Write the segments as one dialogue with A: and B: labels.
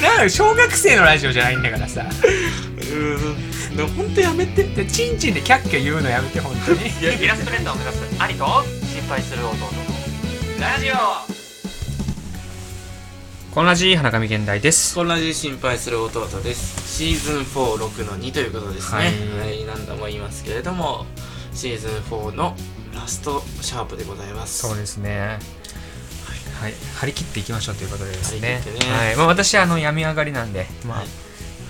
A: なんか小学生のラジオじゃないんだから さうーんでもほんとやめてってチンチンでキャッキャ言うのやめて本当に
B: イラストレーターを目指す兄と心配する弟のラジオこんなじ花上現代です
C: 同じ心配する弟ですシーズン46の2ということですね
B: は
C: はい、何度も言いますけれどもシーズン4のラストシャープでございます
B: そうですねはい、張り切っていきましょうということでですね
C: 張り切ってね
B: はいまあ、私あの病み上がりなんで、まあ
C: はい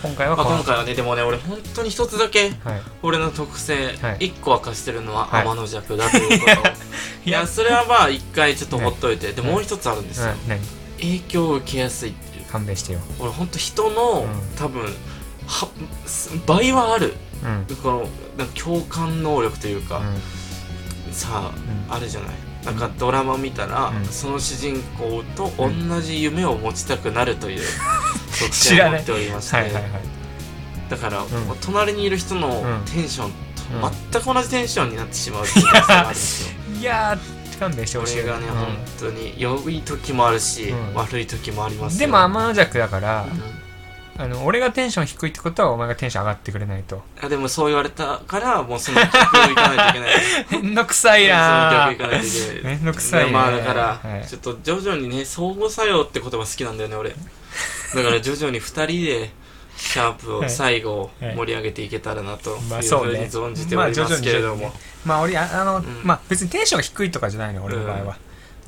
B: 今回は
C: ま
B: こ
C: あ、
B: の
C: 今回はねでもね俺本当に一つだけ
B: はい、
C: 俺の特性、
B: はい
C: 一個明かしてるのは
B: はい
C: 天の弱だということ、い、やそれはまあ一回ちょっとほっといて、で
B: はい
C: もう一つあるんです
B: う
C: よ、
B: ん、何
C: 影響を受けやすいっていう
B: 勘弁してよ、
C: 俺本当人の、
B: うん
C: 多分は倍はある
B: うんうん
C: このなんか共感能力というか、さ
B: うん
C: ああるじゃないなんかドラマ見たら、
B: うん
C: その主人公と同じ夢を持ちたくなるという特
B: 知
C: 性
B: ら
C: を持
B: ない
C: っておりまして、
B: はいはいはい
C: だか
B: ん
C: ら、もう隣にいる人の
B: うん
C: テンション
B: う
C: と
B: ん
C: 全く同じテンションになってしまうっていう特性があるんです よ
B: いやー勘弁してほしい
C: 俺がね、
B: うん
C: 本当に良い時もあるし、
B: うん
C: 悪い時もありますよ
B: でも天の弱だから、
C: うん
B: あの俺がテンション低いってことはお前がテンション上がってくれないと
C: あでもそう言われたからもうその曲行かないといけない
B: めんどくさいな
C: その曲行かないといけない
B: めんどくさいね
C: まあだから、
B: はい
C: ちょっと徐々にね相互作用って言葉好きなんだよ ね俺だから徐々に2人でシャープ
B: は
C: を
B: い
C: 最後
B: はい
C: 盛り上げていけたらなというふう
B: まあ
C: に
B: そうね
C: 存じておりますけれども、
B: まあまあ俺ああの、
C: ん
B: まあ別にテンションが低いとかじゃないの俺の場合は、
C: うん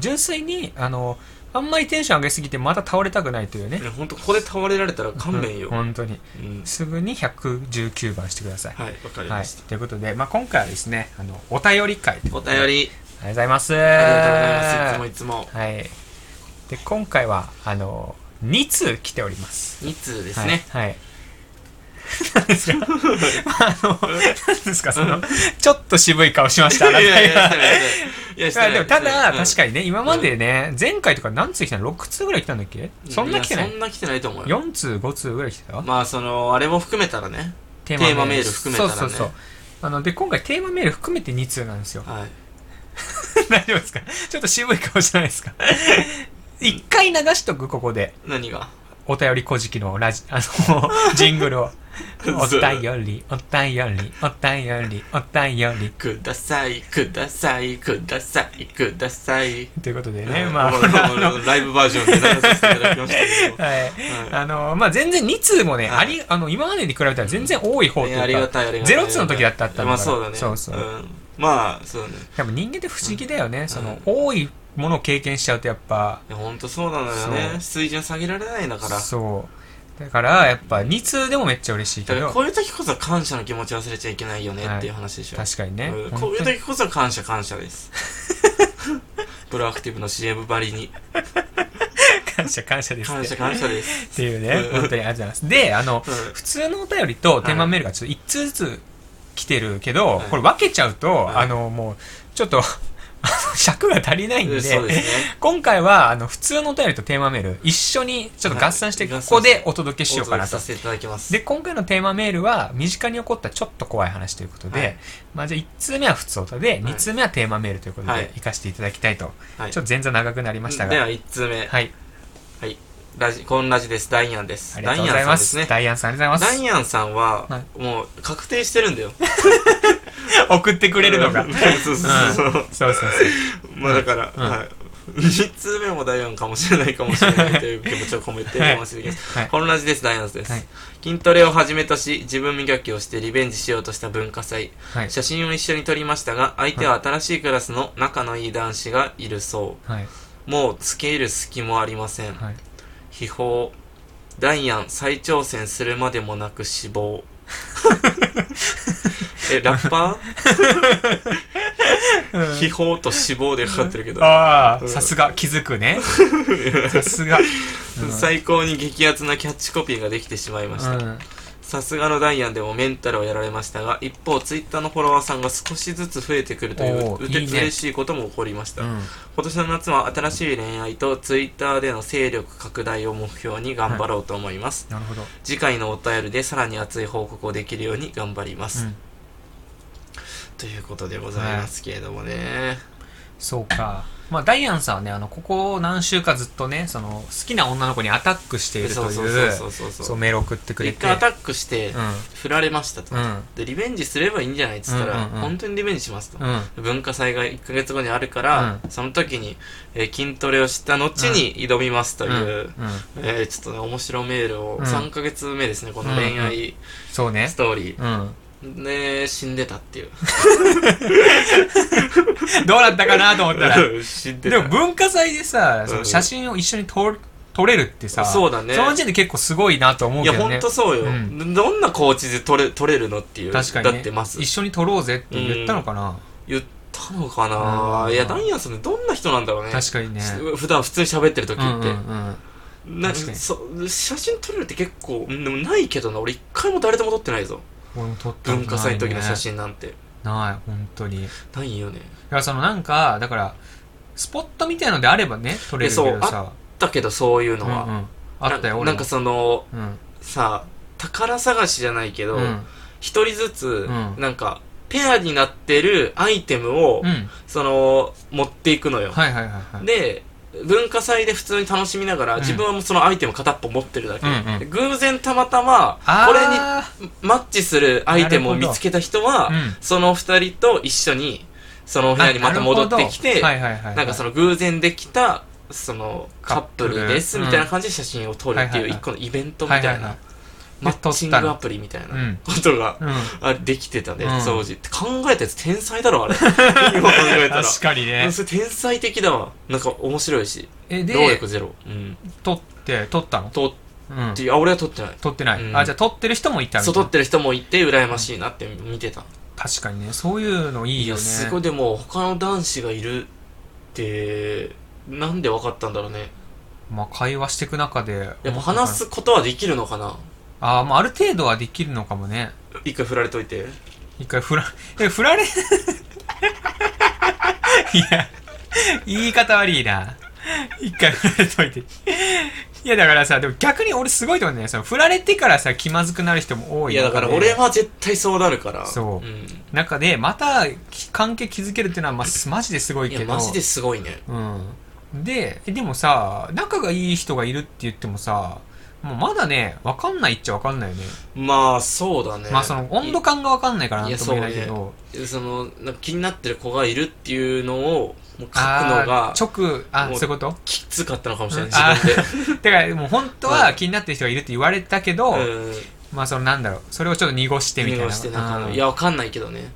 B: 純粋にあのあんまりテンション上げすぎてまた倒れたくないというね
C: ね本当ここで倒れられたら勘弁よ、
B: 本当に
C: うん
B: すぐに119番してください、
C: はいわかり
B: は
C: ま
B: い
C: した、、
B: ということで、まあ、今回はですねあのお便り会ということで
C: お便
B: あり
C: り
B: がとうございます
C: ありがとうございますいつもいつも
B: はい。で、今回は、あの、2通来ております。
C: 2通です ね、
B: はい。はい。何 ですかあの、何ですかその、ちょっと渋い顔しました。あ
C: い
B: な
C: や
B: た
C: いやいや
B: 今
C: いやしてない
B: あでもただ、
C: うん
B: 確かにね、今までね、前回とか何通来たの ?6 通ぐらい来たんだっけそんな来てない
C: やそんな来てないと思うよ
B: ?4 通、5通ぐらい来てた
C: まあそのあれも含めたらね
B: テ
C: テーマメール含めたらね
B: そうそうそう。あの、で、今回テーマメール含めて2通なんです よ。
C: はい
B: 大丈夫ですかちょっと渋い顔じゃないです か一回流しとく、ここで。
C: 何が
B: お便りこじきのラジ、あの、 ジングルを。お便り、お便り、お便り、お便り。
C: くださいくださいくださいください
B: ということでね、まあ、
C: うんライブバージョンで流させていただき ました
B: はい。あの、まあ、全然2通もね、あり、あの、今までに比べたら全然多い方
C: け
B: という
C: ど、ね、
B: か。
C: ありがたいありがた
B: ゼ
C: い
B: ロ通の時だってあったんだから
C: まあそうだね
B: そうそうん
C: まあそうだね
B: でも人間って不思議だよね。その、
C: う
B: 多いものを経験しちゃうとやっぱ、
C: いやほんとそうなのよね
B: そう
C: 水準下げられないんだから
B: そう。だから、やっぱ2通でもめっちゃ嬉しいけ
C: だから
B: ど、
C: こういう時こそ感謝の気持ち忘れちゃいけないよねっていう話でしょ、
B: 確かにね
C: うん。こ
B: 本
C: ういう
B: 当に
C: 時こそ感謝感謝です プロアクティブの CM ばりに
B: 感謝感謝です
C: 感
B: っ
C: 謝
B: て。
C: 感 謝です、
B: っていうね、
C: うん
B: 本当にありがとうございます。で、あの、
C: うん
B: 普通のお便りとテーマメールがちょっと1通ずつ来てるけど、
C: はい
B: これ分けちゃうと、
C: はい
B: あのもうちょっとあの尺が足りないんで
C: そうですね
B: 今回はあの普通のお便りとテーマメール一緒にちょっと合算して
C: はい
B: ここでお届けしようか
C: お
B: な
C: 届
B: と
C: けさ。せていただきます
B: で、今回のテーマメールは、身近に起こったちょっと怖い話ということで、
C: はい
B: まあじゃあ1通目は普通おたで、2通目はテーマメールということで、
C: はい
B: 活かしていただきたいと。
C: はい
B: ちょっと前座長くなりました
C: で
B: が。
C: は1通目、
B: はい。
C: はい。ラジ、こんラジです。ダイアンです。
B: ありがとうございます。
C: ダイ
B: ダイアンさんありがとうご
C: アンさ
B: ざ
C: んです
B: い
C: ね。ダイアンさんは、
B: は
C: もう確定してるんだよ。
B: ます。送ってくれるのが。
C: う
B: うんん
C: そうそうそう。
B: そうそうそう。
C: まあだから、
B: うん
C: はい。2通目もダイアンかもしれないかもしれないという気持ちを込めて読ませていただきます。
B: はい
C: こんラジです。ダイアンです。
B: はい
C: 筋トレをはじめとし、自分磨きをしてリベンジしようとした文化祭。
B: はい。
C: 写真を一緒に撮りましたが、相手は新しいクラスの仲のいい男子がいるそ
B: はい。
C: う。もう付け入る隙もありません。
B: はい。
C: 秘宝ダイアン再挑戦するまでもなく死亡 えラッパー秘宝と死亡でかかってるけど
B: あ
C: う
B: あ、
C: ん
B: さすが、気づくね。さすが。うん
C: 最高に激アツなキャッチコピーができてしまいまし
B: う
C: た
B: ん。
C: さすがのダイアンでもメンタルをやられましたが一方ツイッターのフォロワーさんが少しずつ増えてくるという
B: おー
C: うて
B: いいね
C: 嬉しいことも起こりました、
B: うん
C: 今年の夏は新しい恋愛とツイッターでの勢力拡大を目標に頑張ろうと思います、
B: なるほど。
C: 次回のお便りでさらに熱い報告をできるように頑張ります、
B: うん
C: ということでございますけれどもね、
B: そうか。まあ、ダイアンさんはね、あの、ここ何週かずっとね、その、好きな女の子にアタックしていると
C: そう
B: い
C: そうそう
B: う、
C: そうそう
B: そ
C: そうう
B: メール送ってくれ
C: 一
B: て。
C: 回アタックして、
B: う
C: 振られましたと、
B: ん。うん。
C: でリベンジすればいいんじゃないっつったら、
B: うんうんうん
C: 本当にリベンジしますと、
B: うん。
C: 文化祭が1ヶ月後にあるから、その時に、えー筋トレをした後に挑みますと
B: う
C: い
B: ん。う
C: う、
B: ん。
C: えーちょっとね面白メールを、
B: うん
C: 3ヶ月目ですねこの恋愛
B: そうね
C: ス。トーリ
B: うん。
C: ー、で死んでた っていう
B: どうだったかなと思ったら。
C: 死んで
B: で
C: た
B: も文化祭でさ、
C: ん
B: その写真を一緒に撮る撮れるってさ、
C: そうだね
B: その時点で結構すごいなと思う
C: い
B: け
C: や
B: どね
C: 本。当そうよ、
B: うん
C: どんなコーチで取れ取れるのっていう
B: 確かに、ね。
C: だってます
B: 一緒に撮ろうぜって言ったのかな。
C: 言ったのかな、
B: うん
C: いやダイアンさんってどんな人なんだろうね
B: 確かにね。
C: 普段普通に喋ってる時って、
B: うんうんうん
C: な
B: 確かに
C: そう写真撮れるって結構うんでもないけどな俺一回も誰とも撮ってないぞ
B: 俺も撮ったことないね
C: 文化祭の時の写真なんて
B: ない本当にだ
C: ないよね
B: からそのなんかだからスポットみたいのであればね撮れるけど
C: えそう
B: さ
C: だけどそういう
B: う
C: の
B: んう
C: は、
B: んあったよ
C: な
B: 俺
C: な
B: も
C: んかその
B: うん
C: さ宝探しじゃないけど
B: うん
C: 一、人ずつ、
B: うん
C: なんかペアになってるアイテムを、
B: うん
C: その持っていくのよ、
B: はいはいはいはい
C: で文化祭で普通に楽しみながら、
B: うん
C: 自分はもうそのアイテム片っぽ持ってるだけ、
B: うんうん
C: で偶然たまたま
B: あー
C: これにマッチするアイテムを見つけた人は、
B: うん
C: その二人と一緒にそのお部屋にまた戻ってきて
B: な
C: な
B: るほどはいはいはいはい
C: んかその偶然できたそのカップルです
B: カップル
C: みたいな感じで写真を撮るっていう
B: うん
C: 一個のイベントみたい
B: は
C: な、
B: いはいはい
C: マッチングアプリみたい
B: うん
C: なことが、
B: うん
C: あれできてたね、
B: うん
C: 当時って考えたやつ天才だろ あれ今考え たら
B: 確かにね
C: それ天才的だわなんか面白いし
B: え
C: 労
B: で
C: 力ゼロうん
B: 撮って撮ったの
C: 撮っ
B: うん
C: てあ俺は撮ってない
B: 撮ってな
C: う
B: い
C: ん
B: あじゃあ撮ってる人もいたみた
C: そう
B: い
C: 撮
B: な
C: ってる人もいて羨ましいなって見てた
B: 確かにねそういうのいい
C: い
B: よ
C: や
B: ね
C: すごいでも他の男子がいるってなんで分かったんだろうね
B: まあ会話していく中で
C: やっぱ話すことはできるのかな
B: あーまあある程度はできるのかもね
C: 一回振られといて
B: 一回振ら、 え、振られ、いや、言い方悪いな。一回振られといて。いや、だからさ、でも逆に俺すごいと思うんだよね。その振られてからさ、気まずくなる人も多い
C: いやだから俺は絶対そうなるから
B: そう
C: うん
B: 中で、またき関係築けるっていうのは、まあ、すマジですごい
C: い
B: けど。
C: やマジですごいね
B: うん。で、えでもさ、仲がいい人がいるって言ってもさ、もうまだね、わかんないっちゃわかんないよね。
C: まあそうだね
B: まあ、その温度感がわかんないからなんとも言えないけ
C: いやそ
B: ど。
C: そのなんか気になってる子がいるっていうのをもう書くの
B: あ
C: が
B: ー直、あ、
C: もう
B: そういうこと
C: きつかったのかもしれない
B: うんあ
C: 自 分で
B: だからもう本当は気になってる人がいるって言われたけど、
C: うん
B: まあそのなんだろうそれをちょっと濁してみたいな
C: 濁してなんかあの
B: うん
C: いやわかんないけどね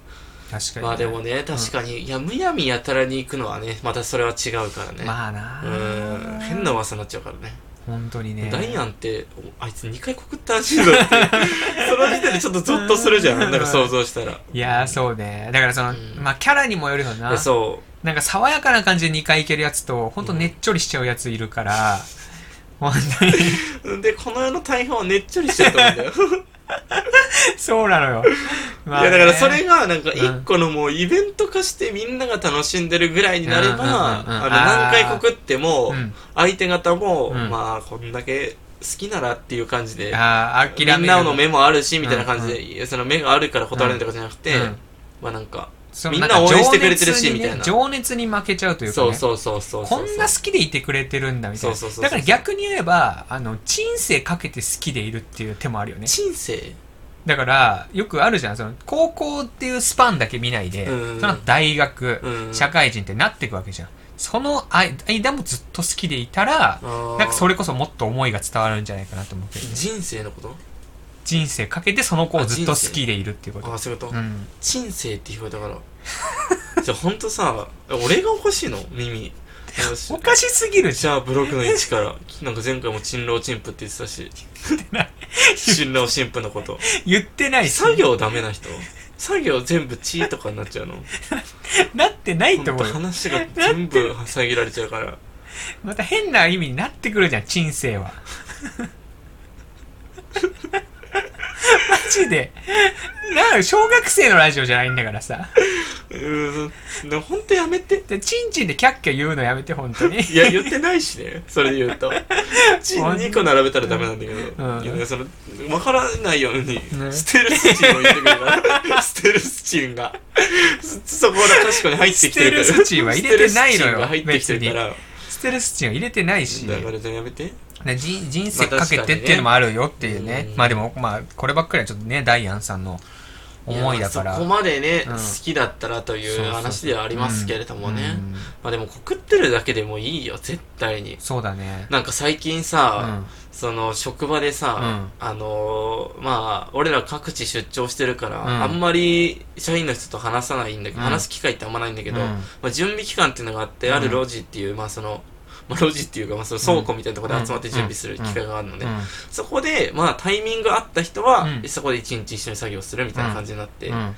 B: 確かに、
C: まあでもね確かにいやむやみやたらに行くのはねまたそれは違うからね
B: まあな
C: うん変な噂になっちゃうからね、
B: 本当にね
C: ダイアンっておあいつ2回告ったらしいぞって その時点でちょっとゾッとするじゃんなんか想像したら
B: いやーそうねだからその、
C: うん
B: まあキャラにもよるよな
C: でそ
B: なんか爽やかな感じで2回いけるやつと本当ねっちょりしちゃうやついるから、本当 に
C: うでこの世の大半はねっちょりしちゃうと思うんだよ、
B: そうなのよ、まあ
C: い
B: ね
C: やだからそれがなんか一個のもうイベント化してみんなが楽しんでるぐらいになれば、
B: うんうんうんうん
C: あの
B: あー
C: 何回告っても
B: うん
C: 相手方も、
B: うん
C: まあこんだけ好きならっていう感じで
B: あー諦
C: み
B: める
C: んなの目もあるしみたいな感じで、
B: うん
C: いやその目があるから断れるとかじゃなくて、
B: うん
C: まあなんか
B: その
C: みんな
B: か
C: 応援してくれてるし
B: 情熱にね
C: みたいな
B: 情熱に負けちゃうというか、ね、
C: そうそうそうそうそう
B: こんな好きでいてくれてるんだみたいな
C: そうそうそうそう
B: だから逆に言えばあの人生かけて好きでいるっていう手もあるよね
C: 人生
B: だからよくあるじゃんその高校っていうスパンだけ見ないで、
C: うん
B: その後大学、
C: うん
B: 社会人ってなっていくわけじゃんその間もずっと好きでいたらなんかそ
C: れ
B: れこそもっと思いが伝わるんじゃないかなと思うけどね、
C: 人生のこと
B: 人生かけてその子をずっと好きでいるっていうこと
C: ああそういうこと、
B: うん
C: 人生って聞こえたからじゃあほんとさ俺がおかしいの耳よし
B: おかしすぎるじ
C: じゃあブロックの位置からなんか前回も珍老チンプって言ってたし新郎新婦 のこと
B: ゃん言ってないし
C: 作業ダメな人作業全部チーとかになっちゃうの
B: なってない
C: ほん
B: と思
C: と
B: うよ
C: 話が全部遮られちゃうから
B: また変な意味になってくるじゃん人生はマジでな小学生のラジオじゃないんだからさ
C: うーんでほんとやめて
B: でチンチンでキャッキャ言うのやめて本当に
C: いや言ってないしねそれで言うとチン2個並べたらダメなんだけど、
B: うん
C: いやねその分からないように、
B: ね
C: ステルスチンを言ってくるからステルスチンがそそこが確かに入ってきてるから
B: ステルスチンは入れてないのよ
C: ステルスチンが入ってきてるから
B: ステルスチンは入れてないし
C: だからじゃあやめて
B: ね人人生
C: まあ
B: かけてっていうのもあるよっていうね,、
C: うん
B: まあでもまあこればっかりはちょっとねダイアンさんの思いだから
C: やそこまでね、
B: うん
C: 好きだったらという話ではありますけれどもね、
B: うんうん
C: まあでも告ってるだけでもいいよ絶対に
B: そうだね
C: なんか最近
B: う
C: さ、
B: ん
C: その職場でさ、あのーまあ俺ら各地出張してるから、
B: うん
C: あんまり社員の人と話さないんだけ
B: う
C: ど、
B: ん
C: 話す機会ってあんまないんだけど、
B: うん
C: まあ、準備期間っていうのがあって、
B: うん
C: ある路地っていうまあそのまあ、路地っていうか、まあ、その倉庫みたいなところで集まって準備する機会があるので、
B: うん
C: そこで、まあ、タイミングあった人は、
B: うん
C: そこで一日一緒に作業するみたいな感じになって、
B: うん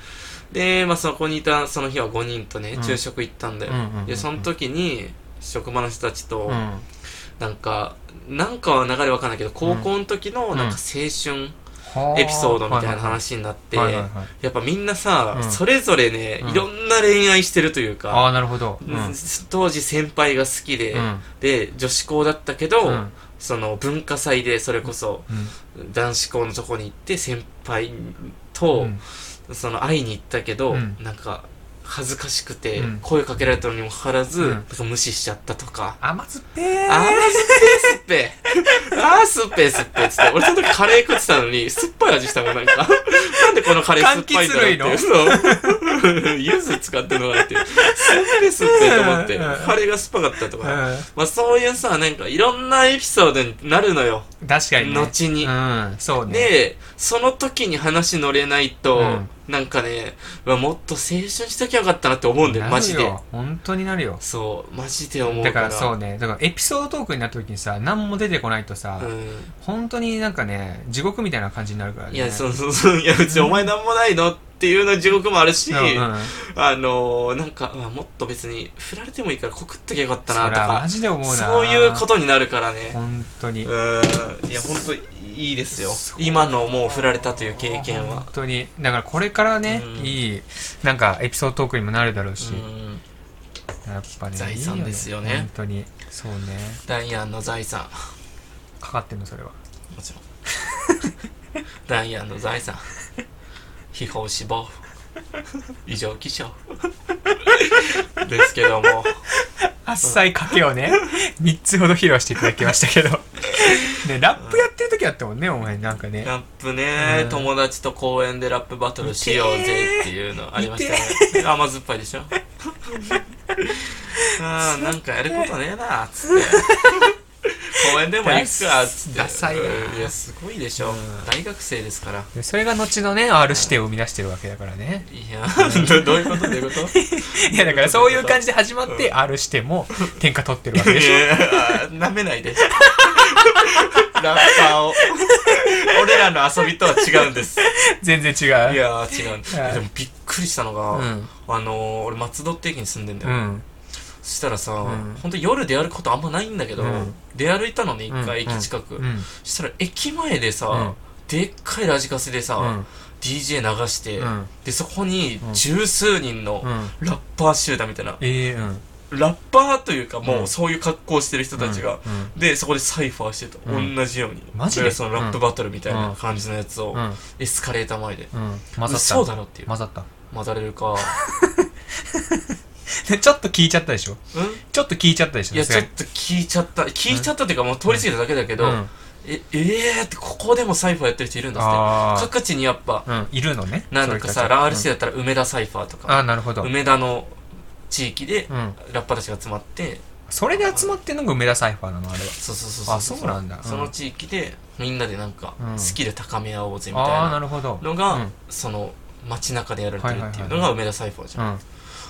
C: で、まあ、そこにいたその日は5人とね、
B: うん
C: 昼食行ったんだよ、
B: うんうんうんうん
C: でその時に職場の人たちと、
B: うん
C: なんかなんかは流れわかんないけど高校の時の
B: うん
C: なんか青春エピソードみたいな話になって、
B: はいはいはい
C: やっぱみんなさ、
B: うん
C: それぞれね、
B: うん
C: いろんな恋愛してるという
B: あ
C: か、
B: あなるほど、うん
C: 当時先輩が好きで、
B: うん
C: で女子校だったけど、
B: うん
C: その文化祭でそれこそ
B: うん
C: 男子校のとこに行って先輩と、
B: うん
C: その会いに行ったけど、
B: うん
C: なんか恥ずかしくて、
B: うん
C: 声かけられたのにもかかわらず、
B: うん
C: なんか無視しちゃったとか。
B: 甘酸っぱい
C: あーすっぺーすっぺーあーすっぺーすっぺーっつって俺その時カレー食ってたのに酸っぱい味したのなんかなんでこのカレー酸っぱいんだろうっていうそう 柚子使ってるのかなっていう酸っぺーすっぺーと思って
B: うん
C: カレーが酸っぱかったとか、
B: う
C: まあそういうさなんかいろんなエピソードになるのよ
B: ん、確かにね
C: 後に
B: うんそうね
C: で、その時に話乗れないと、
B: うん
C: なんかね、うわもっと青春しときゃよかったなって思うんだよ、
B: なるよ
C: マジで。
B: 本当になるよ
C: そう、マジで思う
B: だ
C: か。
B: かららそうねだからエピソードトークになった時にさ何も出てこないとさ、
C: うん。
B: 本当になんかね地獄みたいな感じになるからね
C: いや、そううそうそう、いや、うちお前なんもないのっていうの地獄もあるし、
B: んうん
C: あのー、なんか、うわもっと別に、振られてもいいから告っときゃよかったな
B: そ
C: と
B: ら
C: か
B: マ、ジで思うな
C: そういうことになるからね。
B: 本当に
C: うん。いや、ほんといいですよ。今のもう振られたという経験は
B: 本。当にだからこれからね、
C: うん
B: いいなんかエピソードトークにもなるだろうし、
C: うん。
B: やっぱね
C: 財産
B: いい
C: ですよね
B: 本当にそうね
C: ダイアンの財産。
B: かかってんのそれは
C: もちろん ダイアンの財産非法死亡異常気象ですけども
B: あっさい賭けを ね3つほど披露していただきましたけど ねラップやってる時あったもんねお前なんかね
C: ラップね、
B: うん
C: 友達と公園でラップバトルしようぜっていうのありましたね甘酸っぱいでし ょあーなんかやることねえなつって公園でも行くかつって
B: ダサいな
C: うんいやすごいでしょ、
B: うん
C: 大学生ですから
B: でそれが後のね R 指定を生み出してるわけだからね
C: いやど どういうことどういうこと
B: いやだからそういう感じで始まって R 指定も天下取ってるわけでしょ
C: いや舐めないで。 ラッパーを。俺らの遊びとは違うんです。い
B: 全然違う
C: やー違うんです。
B: はい
C: でもびっくりしたのが、
B: うん
C: あのー、俺松戸って駅に住んでんだ
B: う
C: よ。
B: ん
C: そしたらさ、
B: うん
C: ほんと夜出歩くことあんまないんだけど、
B: うん
C: 出歩いたのね、一回
B: うん
C: 駅近く。
B: うん
C: そしたら駅前でさ、
B: うん
C: でっかいラジカセでさ、
B: うん
C: DJ 流して、
B: うん
C: で、そこに十数人の
B: うん
C: ラッパー集団みたいな、
B: ええうん
C: ラッパーというかも
B: う
C: うんそういう格好をしてる人たちが、
B: うん
C: でそこでサイファーしてた、
B: うん
C: 同じように
B: マジで
C: だからそのラップバトルみたいな感じのやつを、
B: うん
C: エスカレーター前で、
B: うん混ざった
C: そうだろっていう、
B: 混ざった
C: 混ざれる か
B: でちょっと聞いちゃったでしょ
C: う
B: ちょっと聞いちゃったでしょ
C: んいや
B: さ
C: ち
B: す
C: ょ
B: が
C: っ
B: に
C: と聞いちゃった聞いちゃったっていうかもう通り過ぎただけだけど、
B: うん
C: えええー、ってここでもサイファーやってる人いるんだ
B: あ
C: って
B: ー
C: 各地にやっぱ、
B: うんいるのね
C: なんかさラールシだったら梅田サイファーと
B: あ
C: か、
B: あーなるほど
C: 梅田の地域で、
B: うん
C: ラッパーたちが集まって
B: それで集まってんのが梅田サイファーなのあれは
C: そうそうそうそう
B: あそうなんだうん
C: その地域でみんなでなんか、
B: うん
C: スキル高め合おうぜみたい
B: ああー
C: な
B: なるほど
C: のが、
B: うん
C: その街中でやられてるっていう
B: はいは
C: の
B: い
C: が梅田サイファーじゃ、
B: うんん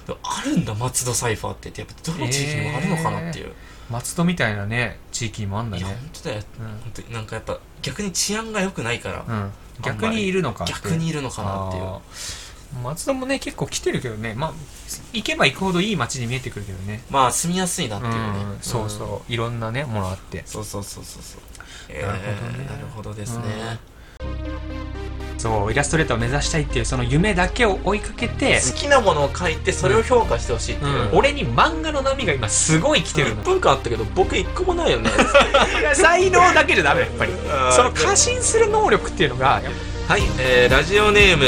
C: でもあるんだ松戸サイファーってってやっぱどの地域にもあるのかなっていう、
B: 松戸みたいなね地域にもあんだ
C: いや
B: ね
C: 本当だよ
B: うん
C: 本当になんかやっぱ逆に治安が良くないから、
B: うん逆にいるのかって
C: 逆にいるのかなっていう
B: あー松戸もね結構来てるけどねまあ行けば行くほどいい街に見えてくるけどね
C: まあ住みやすいなっていうね、
B: うんそう
C: うん
B: そういろんなねものあって
C: そうそうそうそうそう
B: なるほどね
C: えーなるほどですね、
B: うんそうイラストレーターを目指したいっていうその夢だけを追いかけて、
C: 好きなものを書いてそれを評価してほしいっていう、
B: うん俺に漫画の波が今すごい来てる
C: 1
B: の
C: 分間あったけど僕一個も な いよね
B: 才能だけじゃダメやっぱり
C: あー
B: その過信する能力っていうのがやっ
C: はい、えー、ラジオネーム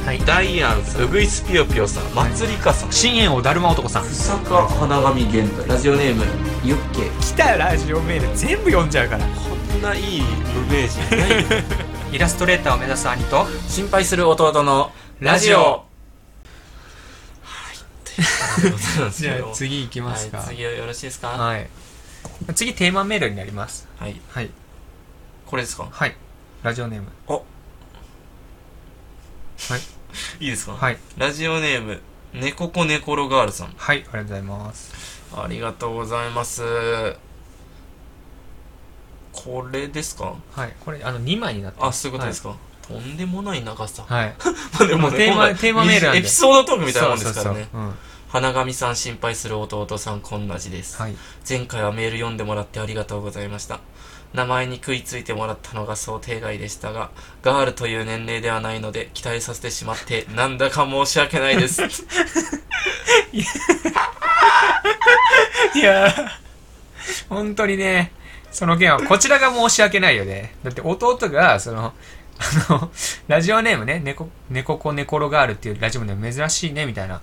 B: ぱはい
C: ダイアンさんうぐいすぴよぴよさんまつりかさん
B: 深淵王だるま男さん
C: 坂花神玄太ラジオネームユッケ
B: 来たラジオメール全部読んじゃうから
C: こんないい無名人ないよ
B: イラストレーターを目指す兄と
C: 心配する弟のラジオはいということなんです
B: じ
C: けど
B: ゃあ次いきますか
C: はい、次はよろしいですかは
B: はい次テーマメールになります
C: い、
B: はい
C: これですか
B: はいラジオネーム
C: いいですか、
B: はい
C: ラジオネーム猫子猫ロガールさん
B: はいありがとうございます
C: ありがとうございますこれですか
B: はいこれあの2枚になって
C: あそういうことですか、とんでもない長 さ
B: はい
C: でもね
B: テーマ
C: こんな
B: テーマメールなんで
C: エピソードトークみたいなもんですか
B: そ
C: らね
B: うそうそううん
C: 花神さん心配する弟さんこんな字です、
B: はい
C: 前回はメール読んでもらってありがとうございました名前に食いついてもらったのが想定外でしたがガールという年齢ではないので期待させてしまってなんだか申し訳ないです
B: いやー、本当にね、その件は、こちらが申し訳ないよね。だって弟が、その、あの、ラジオネームね、猫、猫子猫ロガールっていうラジオネーム珍しいね、みたいな。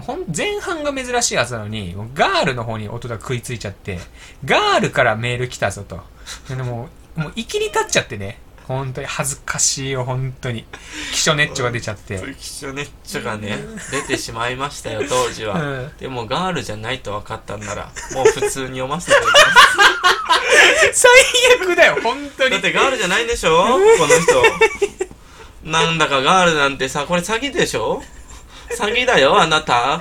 B: ほん前半が珍しいはずなのに、もうガールの方に弟が食いついちゃって、ガールからメール来たぞと。でもう、もう、いきり立っちゃってね。本当に恥ずかしいよ、本当に。気象熱長が出ちゃって。
C: そういう気象ネッチョがね出てしまいましたよ当時は、
B: うん
C: でもガールじゃないと分かったんならもう普通に読ませてください
B: 最悪だよ、本当
C: だ
B: に
C: っ。てガールじゃないんでしょこの人。なんだかガールなんてさ、これ詐欺でしょ詐欺だよ、あなた。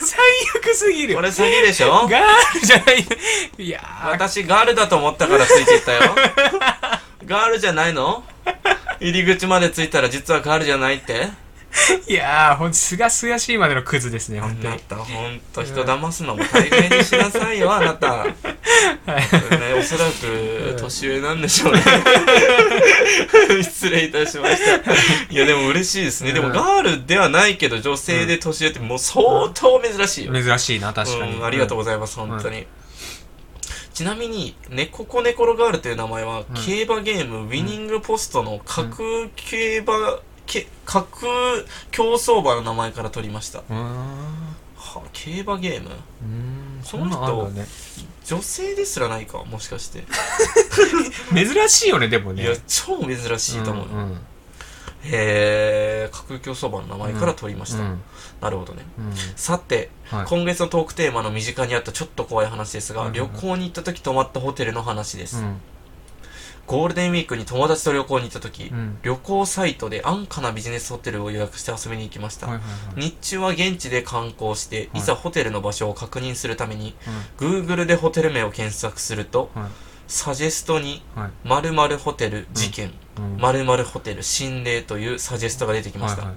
B: 最悪すぎる
C: こ
B: よ
C: れ。詐欺でしょ
B: ガールじゃない。いやー、
C: 私ガールだと思ったからついてったよ。ガールじゃないの入り口までついたら実はガールじゃないって。
B: いやー、ほんと、すがすがしいまでのクズですね、
C: あ
B: 本当
C: な
B: に。
C: た、ほんと人騙すのも大概にしなさいよ、あなた。ね、おそらく、年上なんでしょう ね。失礼いたしました。いや、でも嬉しいですね。でも、
B: うん
C: ガールではないけど、女性で年上ってもう相当珍しいよ。
B: 珍しいな、確かに。
C: うん、ありがとう
B: う
C: ございます、本当に。ちなみに、ネココネコロガールという名前は、競馬ゲーム、ウィニングポストの格競馬、け格競走馬の名前から取りました。
B: うーん。
C: は競馬ゲーム
B: うーん
C: この人
B: そんなあんだね、
C: 女性ですらないかもしかして、
B: 珍しいよね、でもね。
C: いや超珍しいと思う、
B: うんうん
C: へえ格競走馬の名前から取りました、
B: うん
C: なるほどね
B: うん
C: さて、
B: はい
C: 今月のトークテーマの身近にあったちょっと怖い話ですが、
B: うんうん
C: 旅行に行った時泊まったホテルの話です、
B: うん
C: ゴールデンウィークに友達と旅行に行った時、
B: うん
C: 旅行サイトで安価なビジネスホテルを予約して遊びに行きました、
B: はいはいはい
C: 日中は現地で観光して、
B: はい
C: いざホテルの場所を確認するために Google でホテル名を検索すると、
B: はい
C: サジェストに
B: はい
C: 「〇〇ホテル事件」
B: うん
C: 〇〇ホテル心霊というサジェストが出てきました、
B: はいはい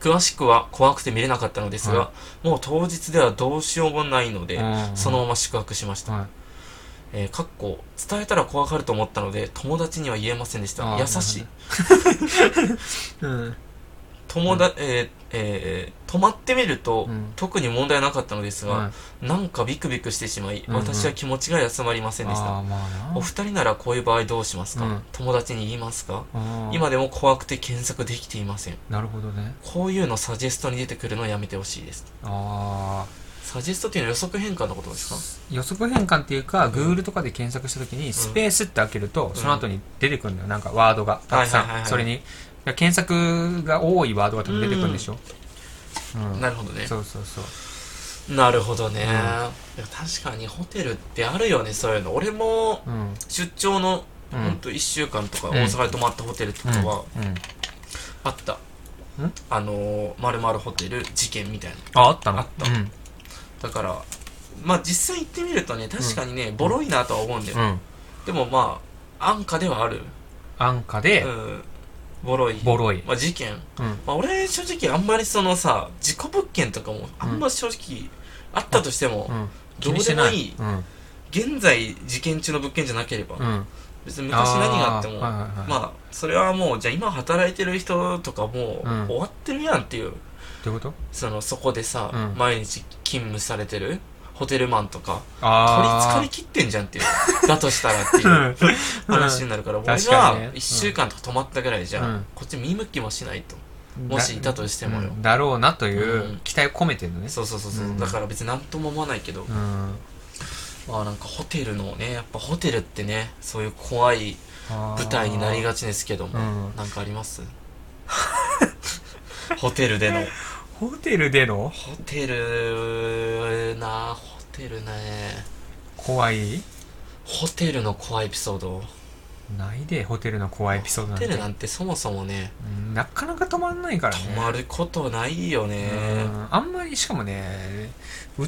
C: 詳しくは怖くて見れなかったのですが、
B: は
C: もう当日ではどうしようもないので、
B: うん
C: そのまま宿泊しました、
B: はい
C: えーかっこ伝えたら怖がると思ったので友達には言えませんでした
B: あー
C: 優しい
B: うん
C: 友だ、えーえー泊まってみると、
B: うん
C: 特に問題なかったのです
B: は
C: が
B: い、
C: なんかビクビクしてしまい、
B: うんうん
C: 私は気持ちが休まりませんでした、
B: あーまあ
C: お二人ならこういう場合どうしますか、
B: うん
C: 友達に言いますか
B: なあー
C: 今でも怖くて検索できていません
B: なるほどね
C: こういうのサジェストに出てくるのやめてほしいです
B: あ
C: サジェストっていうのは予測変換のことですか
B: ー予測変換っていうか Google とかで検索した時にスペースって開けると、その後に出てくるのよなんかワードがたくさん、
C: はいはいはいはい
B: それに検索が多いワードが多分出てくるんでしょ、うん
C: なるほどね
B: そうそうそう
C: なるほどね、いや確かにホテルってあるよねそういうの俺も
B: うん
C: 出張の、
B: うん
C: ほんと1週間とか
B: うん
C: 大阪で泊まったホテルとかは
B: うんうん
C: あった、
B: うん
C: あのー、まるホテル事件みたいな
B: ああったの
C: あった
B: うん
C: だからまあ実際行ってみるとね確かにね、ボロいなとは思うんだよ、
B: うん
C: でもまあ安価ではある
B: 安価
C: う
B: で
C: んボロい
B: ボロい
C: まあ、事件
B: うん
C: まあ、俺正直あんまりそのさ事故物件とかもあんま正直あったとしても、
B: うん
C: ど
B: 気
C: う
B: にし
C: で
B: て
C: も
B: ない
C: い現在事件中の物件じゃなければ、
B: うんうん
C: 別に昔何があって
B: あ
C: も
B: ーはいはいはい
C: まあそれはもうじゃあ今働いてる人とかも
B: うん
C: う終わってるやんっていう、
B: どういうこと
C: そのそこでさ、
B: うん
C: 毎日勤務されてるホテルマンとか取り
B: あ
C: つ
B: あ
C: かりきってんじゃんっていう だとしたらっていううん話になるから、俺
B: 確かにね
C: は1週間とか泊まったぐらいじゃ、
B: うん
C: こっち見向きもしないともしいたとしてもよ
B: うんだろうなといううん期待を込めてるのね
C: そうそうそうそう、
B: うん
C: だから別に何とも思わないけど、
B: うん
C: まあなんかホテルのねやっぱホテルってねそういう怖い舞
B: 舞
C: 台になりがちですけども、
B: うん
C: なんかあります ホテルでの
B: ホテルでの
C: ホテルなホテルね
B: 怖い
C: ホテルの怖いエピソード
B: ないでホテルの怖いエピソードな
C: ホ
B: んて
C: テルなんてそもそもね
B: うんなかなか止まんないからね
C: 泊まることないよね
B: うんあんまりしかもね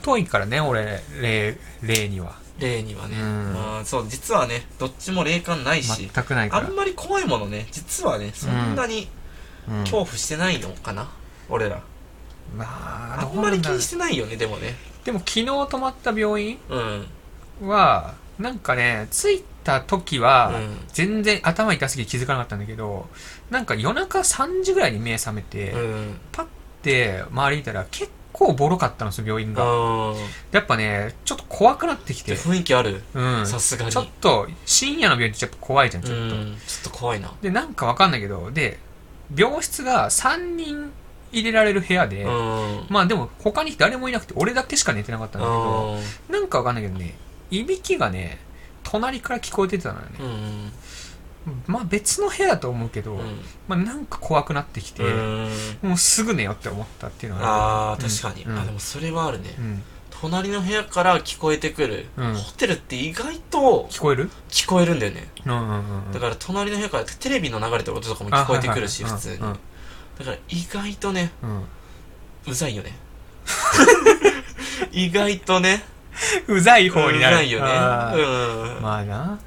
B: 疎いからね俺例例には
C: 例にはね、
B: うん
C: まあそう実はねどっちも霊感ない
B: 全
C: し
B: くないか
C: あ
B: ら
C: んまり怖いものね実はねそんなに
B: うん
C: 恐怖してないのかな、俺ら
B: まあ
C: あ
B: ど
C: ん
B: うな
C: まり
B: ん
C: 気
B: だろう
C: にしてないよねでもね
B: でも昨日泊まった病院
C: うん
B: はなんかね着いた時は、
C: うん
B: 全然頭痛すぎて気づかなかったんだけどなんか夜中3時ぐらいに目覚めて、
C: うん
B: パッて周り見たら結構ボロかったんですよ病院が
C: あ
B: やっぱねちょっと怖くなってき
C: で
B: て、
C: 雰囲気ある
B: うん、
C: さすがに
B: ちょっと深夜の病院ってやっぱ怖いじゃん
C: う
B: ちょっと、
C: んちょっと怖いな
B: でなんかわかんないけどで病室が3人入れられる部屋で、
C: うん
B: まあでも他に誰もいなくて俺だけしか寝てなかったんだけど、なんかわかんないけどね、いびきがね、隣から聞こえてたのよね
C: う。ん
B: まあ別の部屋だと思うけど、
C: うん
B: まあなんか怖くなってきて、
C: うん
B: もうすぐ寝ようって思ったっていうのが
C: あ
B: る
C: ー確かに
B: うん
C: あでもそれはあるね
B: うん。
C: 隣の部屋から聞こえてくる
B: うん
C: ホテルって意外と
B: 聞こえる
C: 聞こえるんだよね
B: うんうんうんうん。
C: だから隣の部屋からテレビの流れてる音とかも聞こえてくるし
B: あは
C: 普
B: い
C: 通に
B: はい
C: だから意外とね
B: うんうん
C: うざ いよね意外とね
B: うんうざいう方になる。
C: ざいよね
B: あー
C: うん
B: まあな。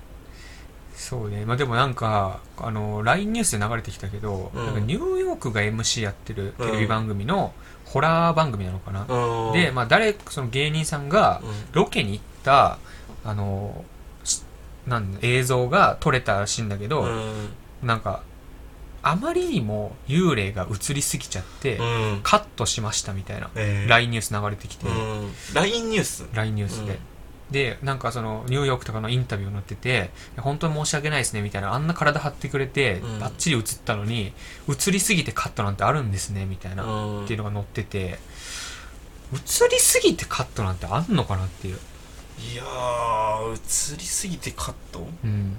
B: そうね。まあでもなんか、あの、LINE ニュースで流れてきたけど、
C: うん
B: なんかニューヨークが MC やってるテレビ番組のホラー番組なのかな。
C: うん
B: で、まあ誰、その芸人さんが、
C: うん
B: ロケに行った、あの、しなん映像が撮れたらしいんだけど、
C: うん
B: なんか、あまりにも幽霊が映りすぎちゃって、
C: うん
B: カットしましたみたいな、
C: えー
B: LINE ニュース流れてきて、
C: うん、LINE ニュース
B: LINE ニュースで。
C: うん
B: で、なんかその、ニューヨークとかのインタビューに載ってて、本当に申し訳ないですね、みたいな、あんな体張ってくれて
C: う、ん
B: バッチリ映ったのに、映りすぎてカットなんてあるんですね、みたいな、
C: うん
B: っていうのが載ってて、映りすぎてカットなんてあんのかなっていう。
C: いやー映りすぎてカット
B: うん、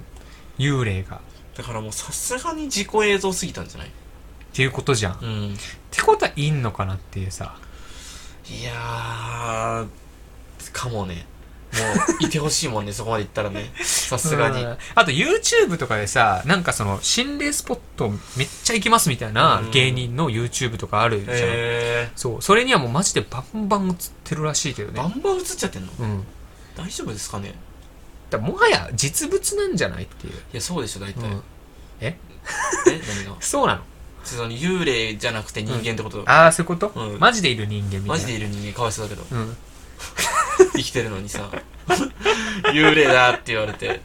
B: 幽霊がっ
C: だからもうさすがに自己映像すぎたんじゃない
B: ていうことじゃん。っ
C: うん
B: てことはいんのかなっていうさ。
C: いやーかもねもういてほしい もんねそこまでいったらねさすがに
B: うんあと YouTube とかでさ、なんかその心霊スポットめっちゃ行きますみたいな
C: うん
B: 芸人の YouTube とかあるじゃん。
C: え
B: そう、それにはもうマジでバンバン映ってるらしいけど
C: ー、バ
B: ね。
C: ンバン映っちゃってんの
B: うん。
C: 大丈夫ですかね
B: だからもはや実物なんじゃないっていう。
C: いやそうでしょ大
B: う
C: 体、
B: ん
C: え何が
B: そうなの
C: その幽霊じゃなくて人間ってこと、
B: ああ、そういうこと、
C: うん
B: マジでいる人間みたいな。
C: マジでいる人間かわいそうだけど
B: うん。
C: 生きてるのにさ幽霊だって言われて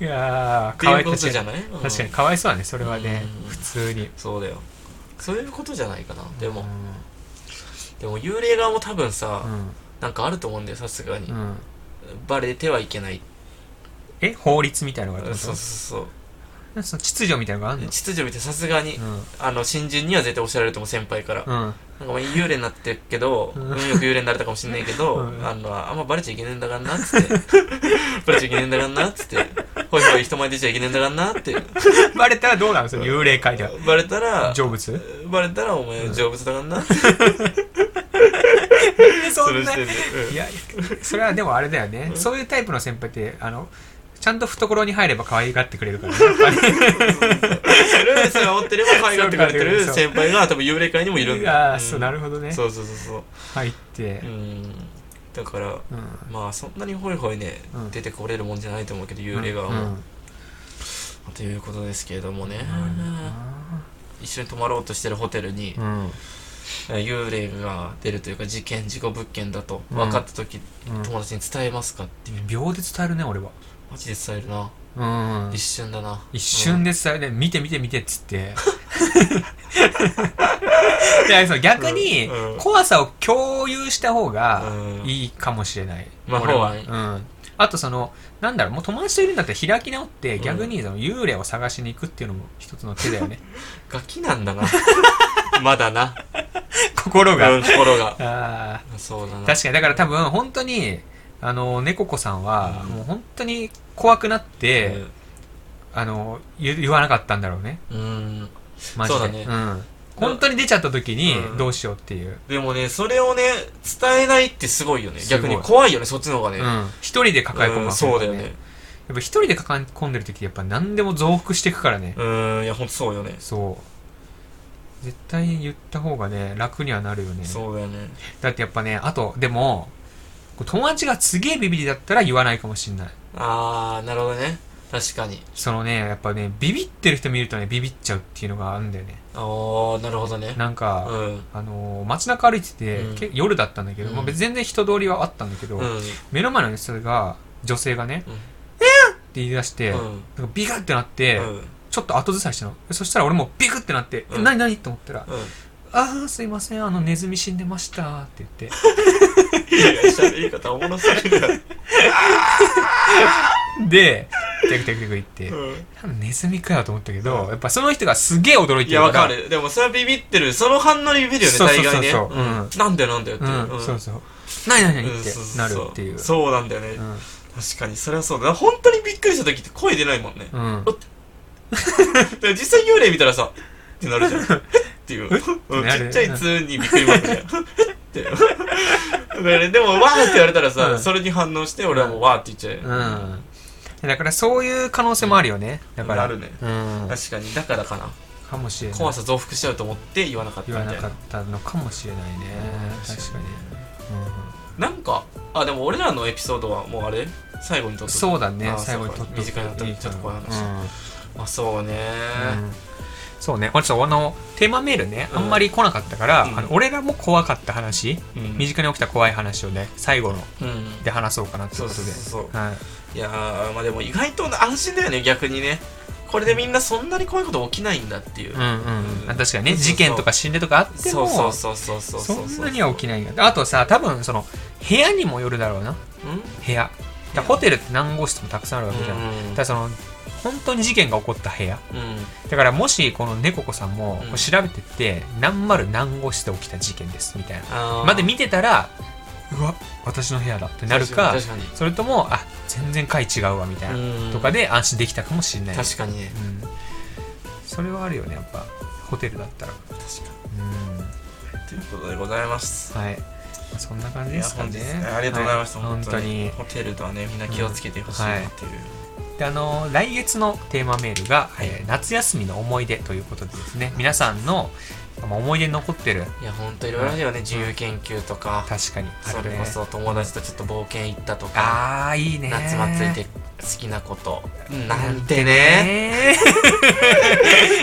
B: いやー、
C: っていう
B: い
C: ことじゃないうん
B: 確かにかわいそうだね、それはね。
C: うん
B: 普通に。
C: そうだよそういうことじゃないかなでも、
B: う
C: でも幽霊側も多分さ、
B: ん。
C: なんかあると思うんだよさすがに、
B: うん。うん
C: バレてはいけない
B: え法律みたいなのがある
C: そう
B: って
C: そう
B: こ
C: そう
B: とその秩序みたいなのがあるの
C: 秩序見てさすがに、
B: うん
C: あの新人には絶対教えられると思う先輩から、
B: うん
C: なんかお前幽霊になってるけど、
B: うん
C: 運よく幽霊になれたかもしんないけど、
B: うん
C: あのあんまバレちゃいけねえんだからな っつってバレちゃいけねえんだからなっつってほいほい人前に出ちゃいけねえんだからなって
B: バレたらどうなるん ですよ幽霊界では
C: バレたら
B: 成仏
C: バレたらお前成仏だからなって
B: そん
C: る
B: な
C: して
B: い
C: るうん
B: やそれはでもあれだよねそういうタイプの先輩ってあのちゃんと懐に入れば可愛がってくれる からねやっぱり
C: ルースが持ってれば可愛がってくれてる
B: そう
C: 先輩が多分幽霊界にもいるんだよ
B: ああそうなるほどね
C: そうそうそうそう
B: 入って
C: うんだから
B: うん
C: まあそんなにホイホイね、
B: うん
C: 出てこれるもんじゃないと思うけど幽霊側も、
B: うん
C: ということですけれどもね、
B: あ
C: 一緒に泊まろうとしてるホテルに、
B: ーうん
C: え幽霊が出るというか事件事故物件だと
B: うん
C: 分かった時、
B: うん
C: 友達に伝えますかって
B: 秒で伝えるね俺は
C: マジで伝えるな
B: うん
C: 一瞬だな
B: 一瞬で伝えて、見て見て見てっつっ て。いや、そう、逆に
C: うんうん、
B: 怖さを共有した方が
C: うん
B: いいかもしれない。
C: まあ
B: 俺は。
C: そうだ
B: うん。あと、その、なんだろう、もう友達といるんだったら開き直って、逆にその幽霊を探しに行くっていうのも一つの手だよね。
C: ガキなんだなまだな
B: 心が。
C: うん心が
B: あ
C: そうだ
B: ー
C: な
B: 確かに、だから多分、本当に、あの、猫子さんは、
C: うん
B: もう本当に怖くなって、あの、言言わなかったんだろうね。
C: うんうん
B: マジで。
C: そうだね
B: ん。本当に出ちゃった時に
C: うん
B: どうしようっていう。
C: でもねそれをね伝えないってすごいよね
B: すごい
C: 逆に怖いよねそっちの方がね、
B: うん。一人で抱え込むわ
C: うん
B: けだ
C: そ
B: か
C: うだ
B: ら
C: よ
B: ね
C: ね
B: やっぱ一人で抱え込んでる時ってやっぱ何でも増幅していくからね。
C: うんいやほんとそうよね
B: そう。絶対言った方がね、楽にはなるよね。
C: そうだよね
B: だってやっぱね、あと、でも、友達がすげえビビりだったら言わないかもしんない。
C: あーなるほどね確かに
B: そのね、やっぱね、ビビってる人見るとね、ビビっちゃうっていうのがあるんだよね。
C: ああなるほどね
B: なんか、
C: うん
B: あのー街中歩いてて、
C: うん
B: け夜だったんだけど、
C: うん
B: まあ、別に全然人通りはあったんだけど、
C: うん
B: 目の前の人が女性がね「
C: うん
B: えっ!」って言い出して、
C: うん
B: なんかビガってなって、
C: うん
B: ちょっと後ずさりしたのそしたら俺もビクってなって「
C: うん
B: え何何?」と思ったら「
C: うん
B: ああすいませんあのネズミ死んでました」って言って
C: いやいや、しゃべり方おもろすぎるな。
B: でテクテクテク言って「
C: う
B: 多分ネズミかよ」と思ったけ
C: う
B: ど
C: ん
B: やっぱその人がすげえ驚い
C: ん
B: て
C: いや、わかる。でも、それはビビってる。その反応にビビるよね、
B: そうそ
C: 大
B: うそう
C: 概ね。
B: そう
C: うんなんだよ、なんだよって
B: う
C: い
B: ん、
C: う。
B: そうそう「何何
C: うん
B: 何?」って
C: そうそう
B: なる
C: そう
B: っていう
C: そうなんだよね。
B: うん
C: 確かに、それはそうだ。本当にびっくりした時って声出ないもんね。
B: うん
C: だから実際幽霊見たらさ、ってなるじ ゃん。えっっていう。うん
B: な
C: ち
B: る
C: っちゃい「つ」にびっくりマークじゃん。えっって。だからねでも、わーって言われたら
B: う
C: さ、
B: ん
C: それに反応して、俺はもうわーって言っちゃう
B: う
C: よ。
B: んだからそういう可能性もあるよね。だから。
C: あるね
B: うん。
C: 確かに、だからかな。
B: かもしれない。
C: 怖さ増幅しちゃうと思って言わなかった
B: 言
C: みた
B: わ
C: い
B: な。
C: な
B: かったのかもしれないね。確かに。
C: なんかあでも俺らのエピソードはもうあれ最後に撮
B: う
C: っ
B: ん、
C: とく
B: そうだね
C: あ。ー
B: 最後に撮
C: そう
B: っ
C: か
B: と
C: 短いなとちょっとこういう話あそうね
B: うんそうね。あちょっとあの、テーマメールね、あんまり来なかったから、
C: うん
B: あの俺らも怖かった話、
C: うん
B: 身近に起きた怖い話をね、最後の
C: うん
B: で話そうかなということで。
C: そうそうそう
B: はい。
C: いやーまあでも意外と安心だよね逆にねこれでみんなそんなに怖いこと起きないんだっていう、
B: うんうん
C: う
B: うんん。あ確かに
C: そうそうそう
B: ね、事件とか心霊とかあって
C: そう
B: も、
C: そうそうそうそうう
B: そんなには起きないんだ。あとさ、多分その、部屋にもよるだろうな。
C: うん
B: 部屋だからホテルって何号室もたくさんあるわけじゃん、
C: うん
B: だからその本当に事件が起こった部屋
C: うん
B: だからもしこの猫子さんも
C: うん
B: こう調べてって、何丸何号室で起きた事件ですみたいな
C: あー
B: まで見てたらうわ私の部屋だってなるか
C: 確かに確
B: それともあ全然回違うわみた
C: か
B: いな、
C: にうん
B: とかで安心できたかもしれない、
C: 確かにね
B: うん、それはあるよねやっぱホテルだったら
C: 確か
B: うん
C: にということでございます
B: はいまあそんな感じですかね
C: いや本日ありがとうございました、
B: は
C: 本当にホテルとはねみんな気をつけてほしいなっていう、
B: であの来月のテーマメールが、えー夏休みの思い出ということでですね皆さんのまあ思い出に残ってる
C: いやほんといろいろあるよね、自由研究とか、
B: 確かにあ
C: そ
B: る
C: れ
B: ね
C: こそ友達とちょっと冒険行ったと
B: あ
C: か、
B: ーいいね
C: 夏祭りで好きなこと、なんてね
B: えー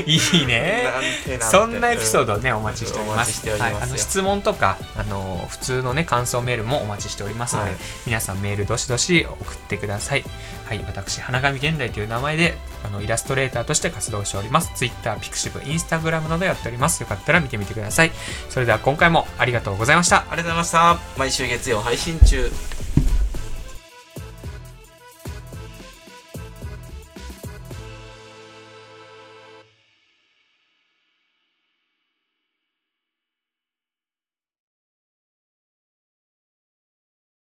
B: いい ね
C: なんてて
B: そんなエピソードをねお待ちしており
C: お
B: ま
C: 待ちし
B: す
C: ております
B: はい
C: よ
B: あの質問とかあの普通のね感想メールもお待ちしておりますので、
C: はい
B: 皆さんメールどしどし送ってくださいはい私花神現代という名前であのイラストレーターとして活動しております Twitter、Pixiv、Instagram などやっておりますよかったら見てみてくださいそれでは今回もありがとうございました
C: ありがとうございました毎週月曜配信中